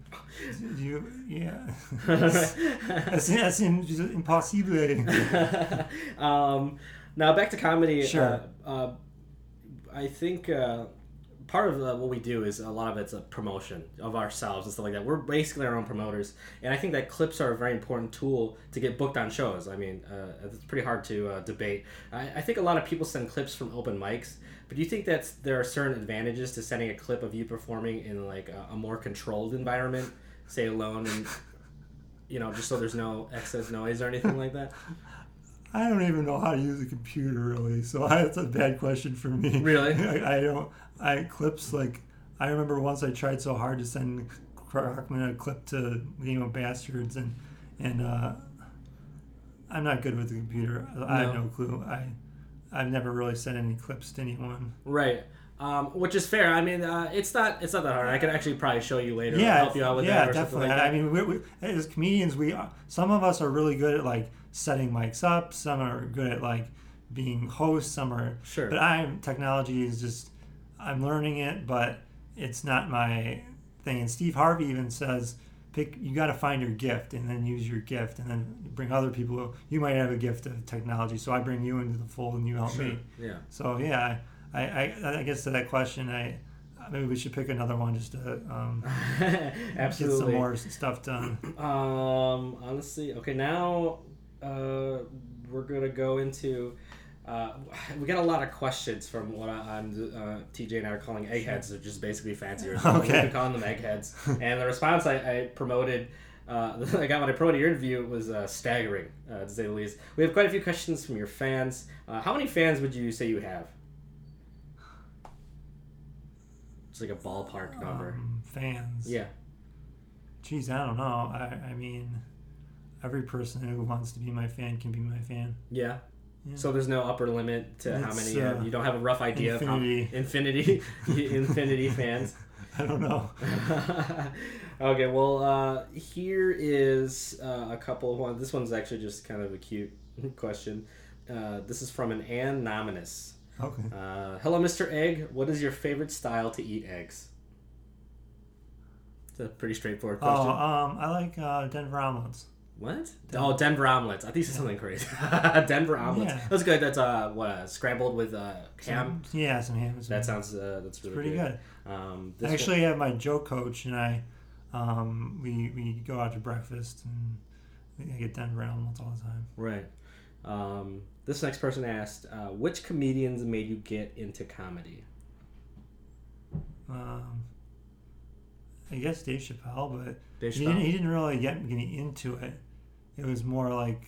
you, yeah. that's, that's, that's im- impossible. um, now back to comedy. Sure. Uh, uh, I think uh, part of uh, what we do is a lot of it's a promotion of ourselves and stuff like that. We're basically our own promoters, and I think that clips are a very important tool to get booked on shows. I mean, uh, it's pretty hard to uh, debate. I, I think a lot of people send clips from open mics, but do you think that there are certain advantages to sending a clip of you performing in like a, a more controlled environment, say alone and. You know, just so there's no excess noise or anything like that. I don't even know how to use a computer really, so that's a bad question for me. Really? I, I don't. I clips like I remember once I tried so hard to send Crockman a clip to Game of Bastards, and and uh, I'm not good with the computer. I have No. no clue. I I've never really sent any clips to anyone. Right. Um, which is fair. I mean, uh, it's not it's not that hard. I could actually probably show you later. yeah, Yeah, help you out with yeah, that or definitely. something like that. I mean, we, we, as comedians, we are, some of us are really good at like setting mics up. Some are good at like being hosts. Some are Sure. But I'm technology is just I'm learning it, but it's not my thing. And Steve Harvey even says, pick you got to find your gift and then use your gift and then bring other people. You might have a gift of technology, so I bring you into the fold and you help me. yeah. So yeah, I, I I guess to that question, I maybe we should pick another one just to. Um, get some Absolutely. more s- stuff done. Um, honestly, okay, now uh, we're gonna go into. Uh, we got a lot of questions from what I, I'm uh, TJ and I are calling eggheads. They're just basically fanciers. Okay. We've been calling them eggheads, and the response I, I promoted. Uh, I got when I promoted your interview was uh, staggering, uh, to say the least. We have quite a few questions from your fans. Uh, how many fans would you say you have? It's like a ballpark number. Um, fans. yeah. Geez, I don't know. I, I mean, every person who wants to be my fan can be my fan. Yeah. Yeah. So there's no upper limit to how It's, many. Uh, uh, you don't have a rough idea of infinity. how infinity, infinity fans. I don't know. okay, well, uh, here is uh, a couple of ones. This one's actually just kind of a cute question. Uh, this is from an anonymous. Okay. Uh, Hello, Mr. Egg. What is your favorite style to eat eggs? It's a pretty straightforward Oh, question. um, I like uh, Denver omelets. What? oh, Denver omelets. I think it's something crazy. Denver omelets. Yeah. That's good. That's uh, what uh, scrambled with uh, ham. Yeah, some ham. That sounds uh, that's really pretty good. good. Um, I this one- actually have my Joe coach and I. Um, we we go out to breakfast and I get Denver omelets all the time. right. Um, this next person asked, uh, which comedians made you get into comedy? Um, I guess Dave Chappelle, but Dave He didn't, Chappelle. he didn't really get me into it. It was more like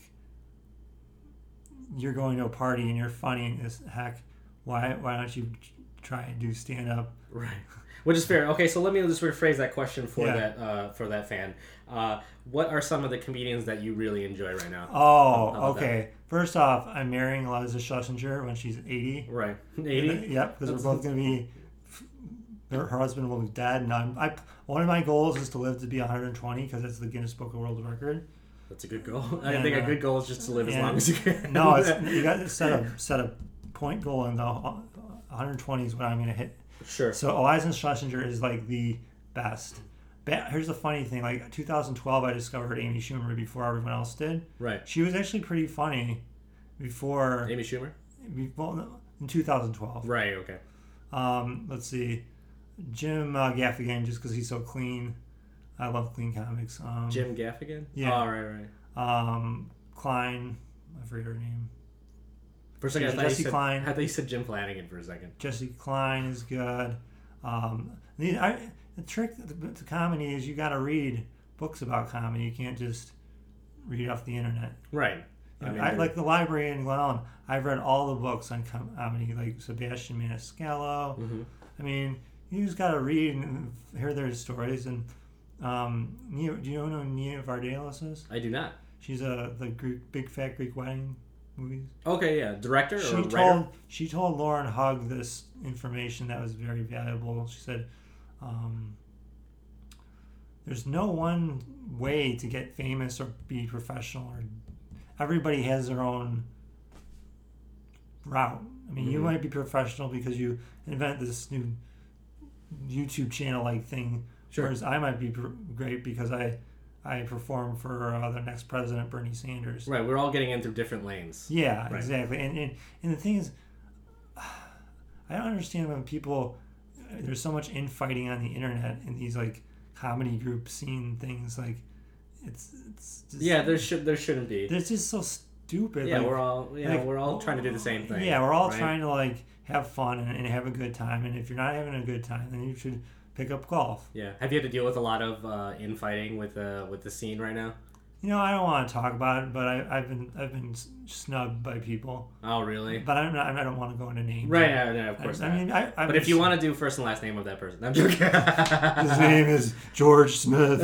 you're going to a party and you're funny as heck. Why why don't you try and do stand up? Right. Which is fair. Okay, so let me just rephrase that question for Yeah. that uh, for that fan. Uh, what are some of the comedians that you really enjoy right now? Oh, about that? okay. First off, I'm marrying Eliza Schlesinger when she's 80. Right. Eighty. Yep, because we're both going to be. Her her husband will be dead, and I'm. I, one of my goals is to live to be 120 because that's the Guinness Book of World Record. That's a good goal. I And, think a uh, good goal is just to live as and- long as you can. No, it's, you got to set a set a point goal, and the 120 is what I'm going to hit. sure. So Eliza Schlesinger is like the best. Ba here's the funny thing: like 2012, I discovered Amy Schumer before everyone else did. Right. She was actually pretty funny before, Amy Schumer. before in 2012. Right. Okay. Um, let's see, Jim uh, Gaffigan, just because he's so clean. I love clean comics. Um, Jim Gaffigan. Yeah. All right, right. Um, Klein, I forget her name. For a second, I Yeah, thought, you Jesse said, Klein. I thought you said Jim Flanagan for a second. Jesse Klein is good. Um, the, I, the trick to, to comedy is you got to read books about comedy. You can't just read off the internet. Right. I, mean, like the library in Glen Ellen. I've read all the books on com- comedy, like Sebastian Maniscalco. Mhm. I mean, you just got to read and hear their stories. And um, Nia, do you know who Nia Vardalos is? I do not. She's a the Greek, big fat Greek wedding movies. Okay, yeah. Director or She writer? told she told Lauren Hugg this information that was very valuable. She said, um, "There's no one way to get famous or be professional. Or everybody has their own route. I mean, you Mhm. might be professional because you invent this new YouTube channel like thing, Sure. whereas I might be pr- great because I I perform for uh, the next president, Bernie Sanders. Right, we're all getting in through different lanes. Yeah, Right. exactly. And, and and the thing is, I don't understand when people there's so much infighting on the internet in these like comedy group scene things. Like it's it's just, Yeah, there should there shouldn't be. it's just so stupid. yeah, like, we're all yeah like, we're all trying to do the same thing. Yeah, we're all right? trying to like have fun and, and have a good time. And if you're not having a good time, then you should pick up golf. Yeah. Have you had to deal with a lot of uh, infighting with uh, with the scene right now? You know, I don't want to talk about it, but I, I've been I've been snubbed by people. Oh, really? But I'm not, I don't want to go into names. Right. Yeah, yeah, of I, course I not. mean, I, I've but been if you want to do first and last name of that person, I'm joking. His name is George Smith.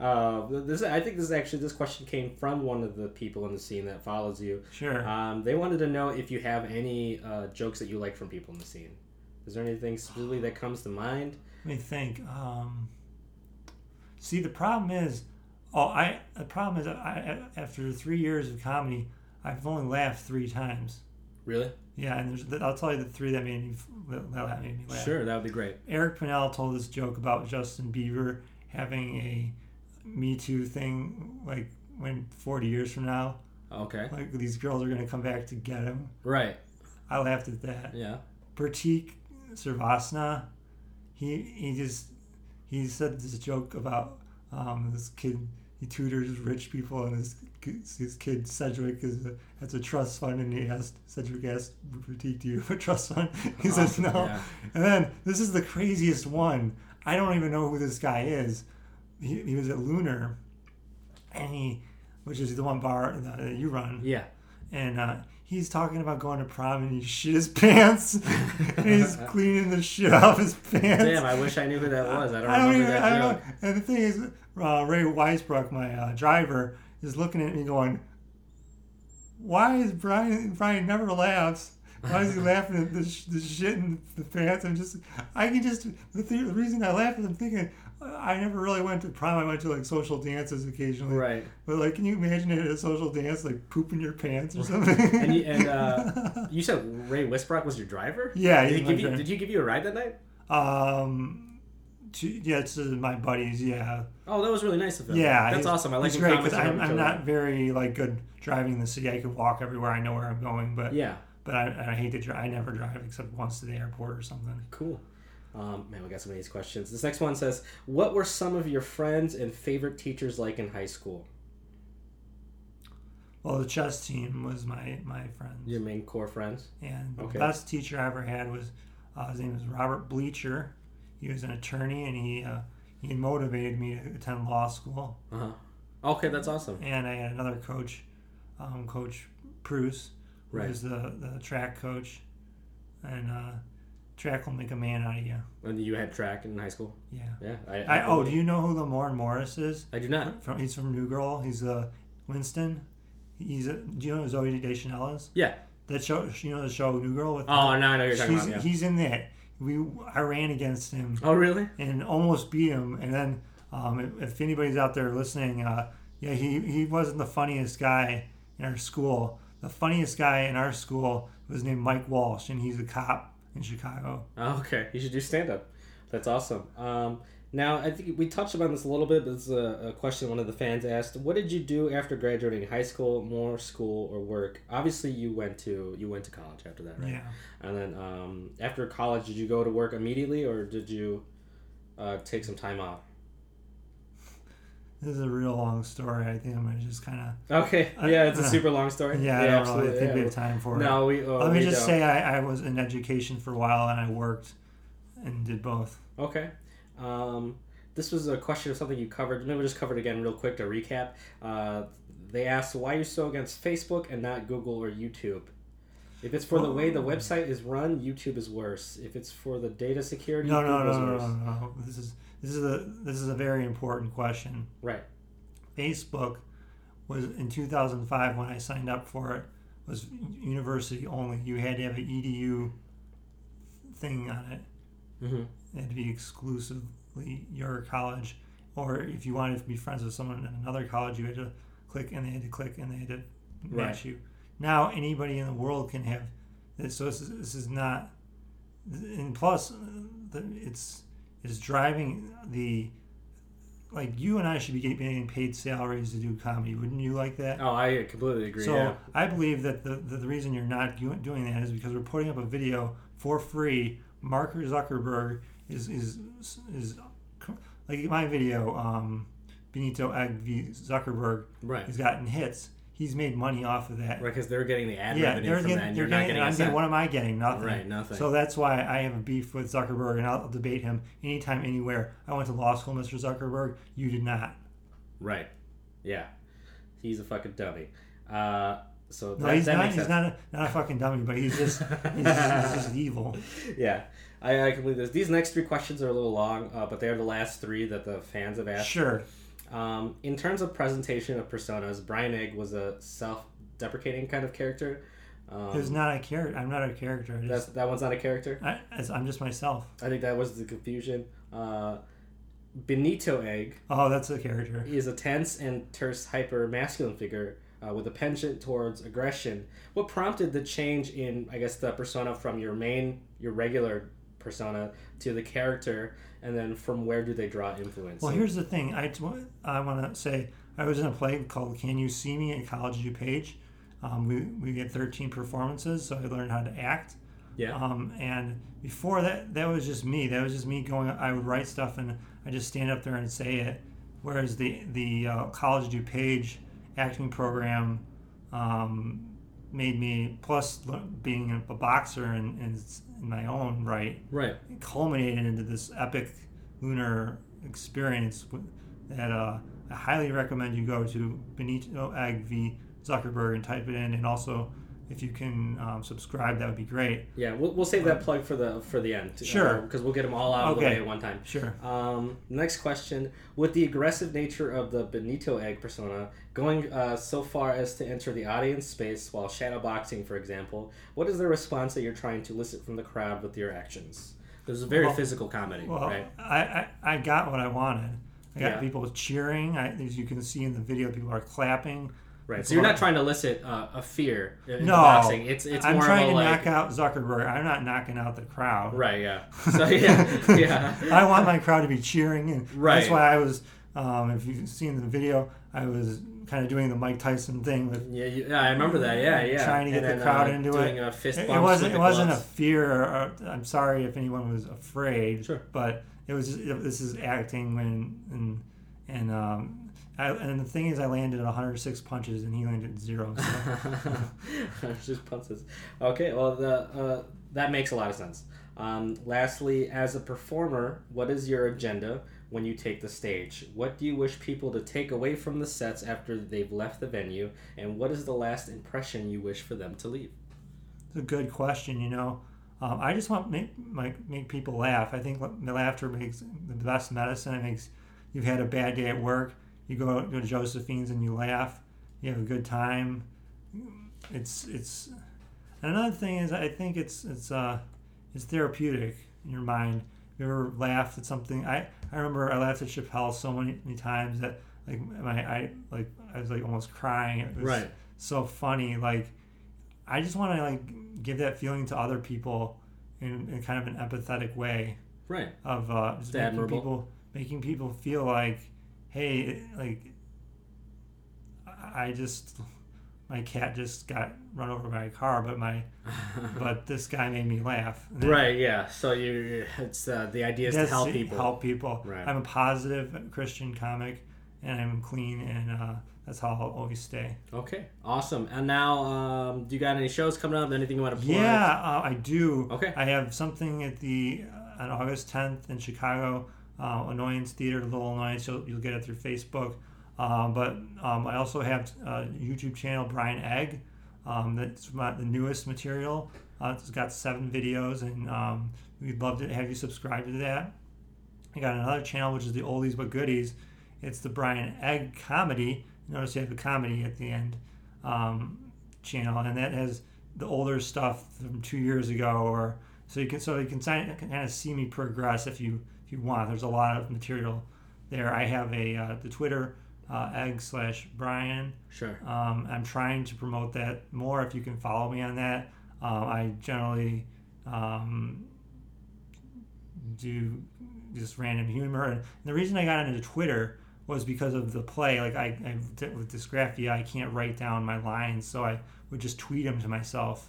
uh, this, I think this is actually this question came from one of the people in the scene that follows you. sure. Um, they wanted to know if you have any uh, jokes that you like from people in the scene. Is there anything specifically that comes to mind? Let me think. Um, see, the problem is, oh, I the problem is, I, I- after three years of comedy, I've only laughed three times. Really? Yeah, and there's, I'll tell you the three that made me that, that made me laugh. Sure, that would be great. Eric Pinnell told this joke about Justin Bieber having a Me Too thing, like when 40 years from now, Okay. like these girls are gonna come back to get him. Right. I laughed at that. Yeah. Pratik Srivastava, he he just he said this joke about um, this kid. He tutors rich people, and his his kid Cedric is a, has a trust fund, and he asked Cedric asked Pratik, "Do you have a trust fund?" He says Awesome, no. yeah. And then this is the craziest one. I don't even know who this guy is. He, he was at Lunar, and he, which is the one bar that you run Yeah. and uh, he's talking about going to prom and he shit his pants. and he's cleaning the shit off his pants. Damn, I wish I knew who that was. I don't, I don't remember that even. I joke. don't, and the thing is, uh, Ray Weisbrook, my uh, driver, is looking at me going, "Why is Brian? Brian never laughs." Why is he laughing at the, sh- the shit in the pants? I'm just, I can just, the, th- the reason I laugh is I'm thinking, uh, I never really went to prom. I went to like social dances occasionally. Right. But like, can you imagine it at a social dance, like pooping your pants or something? And you, and uh, you said Ray Wisbrock was your driver? yeah, Did he's he, my give you, friend. did he give you a ride that night? um, to, yeah, to my buddies. Yeah, Oh, that was really nice of him. yeah, That's he's- awesome. I like he's when great comics because help I'm, each I'm other. not very like good driving in the city. I can walk everywhere. I know where I'm going, but Yeah. but I, I hate to drive. I never drive except once to the airport or something. Cool. Um, man, we got so many of these questions. This next one says, "What were some of your friends and favorite teachers like in high school? Well, the chess team was my my friend, Your main core friends?" and the Okay. best teacher I ever had was uh, his name was Robert Bleacher. He was an attorney, and he uh, he motivated me to attend law school. Uh huh. Okay, that's awesome. and I had another coach, um, Coach Bruce, who Right. was the, the track coach, and uh, track will make a man out of you. And you had track in high school? Yeah. Yeah. I, oh, do you know who Lamorne Morris is? I do not. From he's from New Girl. He's uh, Winston. He's a, do you know who Zoe Deschanel is? Yeah. That show you know the show New Girl with. Oh, now I know what you're talking He's, about. Yeah. he's in that. We I ran against him Oh, really? and almost beat him. And then, um, if- if anybody's out there listening, uh, yeah, he, he wasn't the funniest guy in our school. The funniest guy in our school was named Mike Walsh, and he's a cop in Chicago. Oh, okay. You should do stand up. That's awesome. Um, now, I think we touched upon this a little bit, but it's a, a question one of the fans asked. What did you do after graduating high school? More school or work? Obviously, you went to you went to college after that, right? Yeah. And then um, after college, did you go to work immediately, or did you uh, take some time off? This is a real long story. I think I'm gonna just kind Okay. I- Yeah, it's a uh, super long story. of. Yeah, I don't really think we have time for it. No, we. Oh, Let we me just don't. say I, I was in education for a while and I worked and did both. Okay. Um, this was a question of something you covered. Maybe we'll just cover it again real quick to recap. Uh, they asked why you're so against Facebook and not Google or YouTube. If it's for the way the website is run, YouTube is worse. If it's for the data security, No, no, Google's no, no, worse. no, no. This is this is a this is a very important question. Right. Facebook was in 2005 when I signed up for it was university only. You had to have an EDU thing on it. Mm-hmm. It had to be exclusively your college, or if you wanted to be friends with someone in another college, you had to click and they had to click and they had to match you. Now anybody in the world can have this, so this is, this is not. And plus, uh, the, it's it's driving the like you and I should be getting paid salaries to do comedy. Wouldn't you like that? Oh, I completely agree. So yeah. I believe that the, the, the reason you're not do- doing that is because we're putting up a video for free. Mark Zuckerberg is is is like my video, um, Benito Egg v Zuckerberg. Right. He's gotten hits. He's made money off of that. Right, because they're getting the ad Yeah, revenue they're from getting, that. And they're you're not getting, getting I'm a cent. getting, what am I getting? Nothing. Right, nothing. So that's why I have a beef with Zuckerberg, and I'll debate him anytime, anywhere. I went to law school, Mr. Zuckerberg. You did not. Right. Yeah. He's a fucking dummy. Uh, so No, that, he's that not. makes He's sense. not a, not a fucking dummy, but he's just he's just, he's just evil. Yeah, I, I can believe this. These next three questions are a little long, uh, but they are the last three that the fans have asked. Sure. Um, in terms of presentation of personas, Brian Egg was a self-deprecating kind of character. Um, It's not a character. I'm not a character. I that's, just, that one's not a character. I, it's- I'm just myself. I think that was the confusion. Uh, Benito Egg Oh, that's a character. is a tense and terse hyper-masculine figure uh, with a penchant towards aggression. What prompted the change in, I guess, the persona from your main, your regular persona to the character, and then from where do they draw influence? Well, here's the thing. I, want to say I was in a play called "Can You See Me" at College DuPage. Um, we we had 13 performances, so I learned how to act. yeah. Um, and before that, that was just me. That was just me going. I would write stuff and I just stand up there and say it. Whereas the the uh, College DuPage acting program um, made me plus le- being a boxer and in, in, in my own right right. culminated into this epic lunar experience w- that uh, I highly recommend you go to Benito Ag v Zuckerberg and type it in. And also, if you can um, subscribe, that would be great. Yeah, we'll, we'll save that plug for the for the end. Sure. Because we'll get them all out of the Okay. way at one time. Sure. Um, next question: With the aggressive nature of the Benito Egg persona, going uh, so far as to enter the audience space while shadowboxing, for example, what is the response that you're trying to elicit from the crowd with your actions? There's a very Well- physical comedy, Well, right? I, I, I got what I wanted. I got Yeah. people cheering. I, as you can see in the video, people are clapping. Right. So you're not trying to elicit uh, a fear in No. boxing. It's it's I'm more trying of a to like knock out Zuckerberg. I'm not knocking out the crowd. right. Yeah. So yeah, yeah. I want my crowd to be cheering, and Right. that's why I was. Um, if you've seen the video, I was kind of doing the Mike Tyson thing with Yeah, you, yeah, I remember that. Yeah, yeah. Trying to get And the then, crowd uh, into doing it. A fist it, bumps wasn't. with It the wasn't a gloves. fear. Or, I'm sorry if anyone was afraid, Sure. but it was. Just, it- this is acting when and and um, I, and the thing is, I landed 106 punches and he landed zero. So. It's just punches. Okay, well, the, uh, that makes a lot of sense. Um, lastly, as a performer, what is your agenda when you take the stage? What do you wish people to take away from the sets after they've left the venue? And what is the last impression you wish for them to leave? It's a good question. You know, um, I just want make like make people laugh. I think la- laughter makes the best medicine. It makes you've had a bad day at work. You go go to Josephine's and you laugh. You have a good time. It's it's and another thing is I think it's it's uh it's therapeutic in your mind. You ever laughed at something? I I remember I laughed at Chappelle so many, many times that like my I like I was like almost crying. It was Right. So funny. Like I just want to like give that feeling to other people in, in kind of an empathetic way Right. of uh, just making admirable. people making people feel like, hey, like I I just my cat just got run over by a car, but my but this guy made me laugh. And that- Right, yeah. So you, it's uh, the idea is to that's help it, people. Help people. Right. I'm a positive Christian comic. and I'm clean, and uh, that's how I'll always stay. Okay, awesome. And now, um, do you got any shows coming up? Anything you want to plug? Yeah, uh, I do. Okay. I have something at the uh, on August 10th in Chicago, uh, Annoyance Theater, Little Annoyance. You'll, you'll get it through Facebook. Um, but um, I also have uh, YouTube channel Brian Egg. Um, that's my, the newest material. Uh, it's got seven videos, and um, we'd love to have you subscribe to that. I got another channel which is the Oldies but Goodies. It's the Brian Egg comedy. Notice you have a comedy at the end um, channel, and that has the older stuff from two years ago, or so you can so you can kind of see me progress if you if you want. There's a lot of material there. I have a uh, the Twitter uh, egg slash Brian. Sure. Um, I'm trying to promote that more. If you can follow me on that, uh, I generally um, do just random humor. And the reason I got into Twitter was because of the play. Like I, I did with dysgraphia, I can't write down my lines, so I would just tweet them to myself,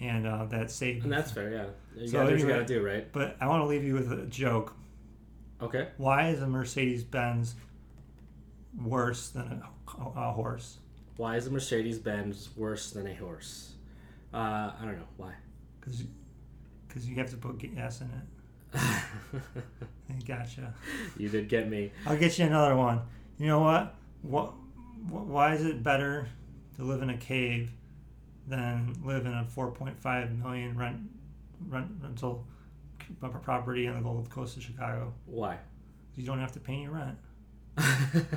and uh, that saved. And me. that's fair. Yeah, you So gotta do what you anyway- gotta do, right? But I want to leave you with a joke. Okay. Why is a Mercedes Benz worse than a, a horse? Why is a Mercedes Benz worse than a horse? Uh, I don't know why. Because you have to put gas in it. Gotcha. you did get me. I'll get you another one. You know what? What? wh- Why is it better to live in a cave than live in a 4.5 million rent, rent rental c- p- property on the Gold Coast of Chicago? Why? You don't have to pay any rent.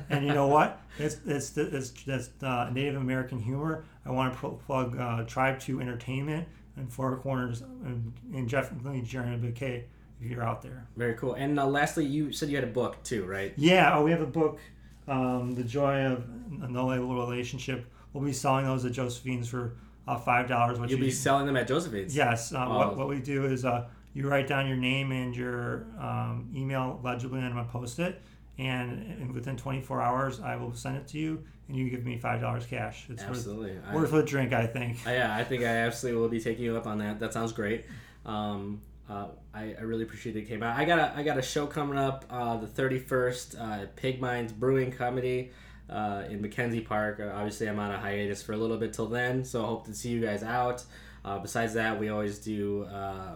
And you know what? It's it's it's that's uh, Native American humor. I want to pro- plug uh, Tribe Two Entertainment and Four Corners and, and definitely Jeremy Bouquet if you're out there. Very cool. And uh, lastly, you said you had a book too, right? Yeah, oh, we have a book, um, The Joy of a No Label Relationship. We'll be selling those at Josephine's for uh, five dollars. What You'll you be selling them at Josephine's. yes, uh, Oh. what, what we do is uh, you write down your name and your um, email legibly, and I'm gonna post it. And, and within 24 hours, I will send it to you, and you give me five dollars cash. It's worth, absolutely. I- worth a drink, I think. I- Uh, yeah, I think I absolutely will be taking you up on that. That sounds great. Um, uh, I, I really appreciate that it came out. I got a I got a show coming up uh, the thirty first. Uh, Pig Minds Brewing Comedy uh, in Mackenzie Park. Uh, obviously, I'm on a hiatus for a little bit till then, so I hope to see you guys out. Uh, besides that, we always do. Uh,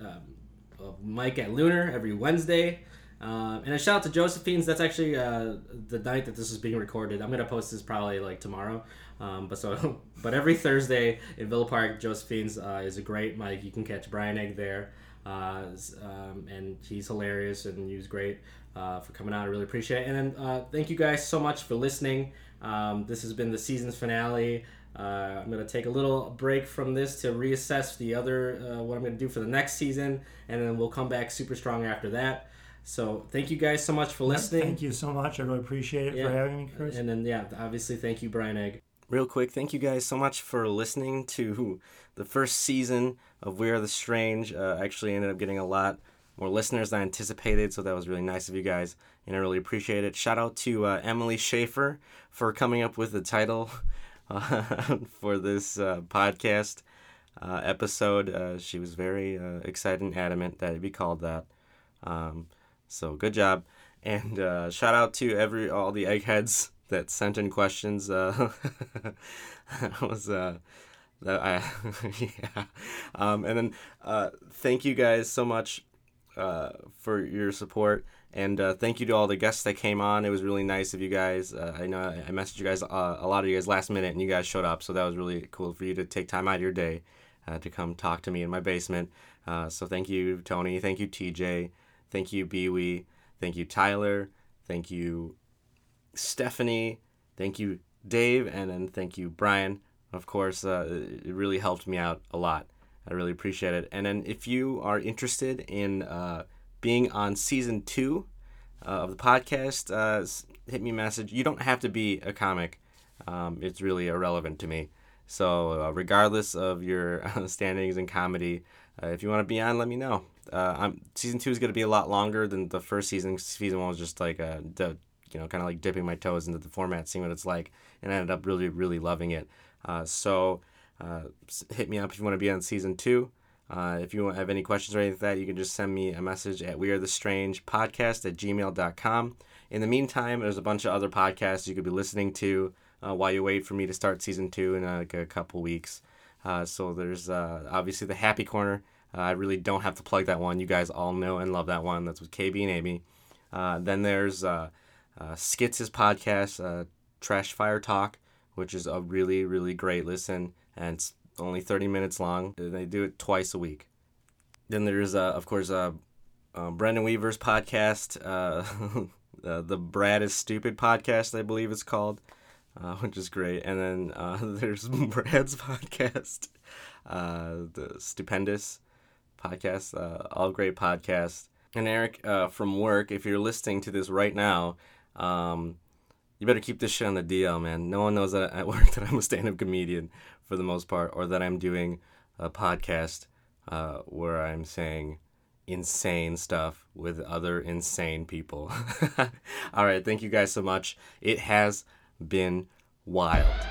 um, uh, Mike at Lunar every Wednesday. Um, and a shout out to Josephine's. That's actually uh, the night that this is being recorded. I'm gonna post this probably like tomorrow. Um, but so, but every Thursday in Villa Park, Josephine's uh, is a great Mike. You can catch Brian Egg there, uh, s- um, and he's hilarious and he was great uh, for coming out. I really appreciate it. And then uh, thank you guys so much for listening. Um, this has been the season's finale. Uh, I'm gonna take a little break from this to reassess the other uh, what I'm gonna do for the next season, and then we'll come back super strong after that. So thank you guys so much for listening. Thank you so much. I really appreciate it Yeah. for having me, Chris. And then, yeah, obviously, thank you, Brian Egg. Real quick, thank you guys so much for listening to the first season of We Are the Strange. Uh, I actually ended up getting a lot more listeners than I anticipated, so that was really nice of you guys, and I really appreciate it. Shout out to uh, Emily Schaefer for coming up with the title uh, for this uh, podcast uh, episode. Uh, she was very uh, excited and adamant that it be called that. Um, so good job, and uh, shout out to every all the eggheads that sent in questions. Uh, that was uh, that I yeah, um, and then uh, thank you guys so much uh, for your support. And uh, thank you to all the guests that came on. It was really nice of you guys. Uh, I know I I messaged you guys uh, a lot of you guys last minute, and you guys showed up, so that was really cool for you to take time out of your day uh, to come talk to me in my basement. Uh, so thank you, Tony. Thank you, TJ. Thank you, Biwi. Thank you, Tyler. Thank you, Stephanie. Thank you, Dave. And then thank you, Brian. Of course, uh, it it really helped me out a lot. I really appreciate it. And then if you are interested in uh, being on season two uh, of the podcast, uh, s- hit me a message. You don't have to be a comic, um, it's really irrelevant to me. So, uh, regardless of your standings in comedy, uh, if you want to be on, let me know. Uh, I'm, season two is going to be a lot longer than the first season. Season one was just like, uh, the, you know, kind of like dipping my toes into the format, seeing what it's like, and I ended up really, really loving it. Uh, so, uh, s- hit me up if you want to be on season two. Uh, if you have any questions or anything like that, you can just send me a message at we are the strange podcast at gmail.com. In the meantime, there's a bunch of other podcasts you could be listening to uh, while you wait for me to start season two in uh, like a couple weeks. Uh, so there's uh, obviously the Happy Corner. Uh, I really don't have to plug that one. You guys all know and love that one. That's with KB and Amy. Uh, then there's uh, uh, Skitz's podcast, uh, Trash Fire Talk, which is a really, really great listen, and it's only 30 minutes long. And They do it twice a week. Then there's, uh, of course, uh, uh, Brendan Weaver's podcast, uh, uh, the Brad is Stupid podcast, I believe it's called, uh, which is great. And then uh, there's Brad's podcast, uh, the Stupendous podcast, uh, all great podcasts. And Eric uh, from work, if you're listening to this right now, um, you better keep this shit on the DL, man. No one knows that at work that I'm a stand-up comedian for the most part, or that I'm doing a podcast uh, where I'm saying insane stuff with other insane people. All right, thank you guys so much. It has been wild.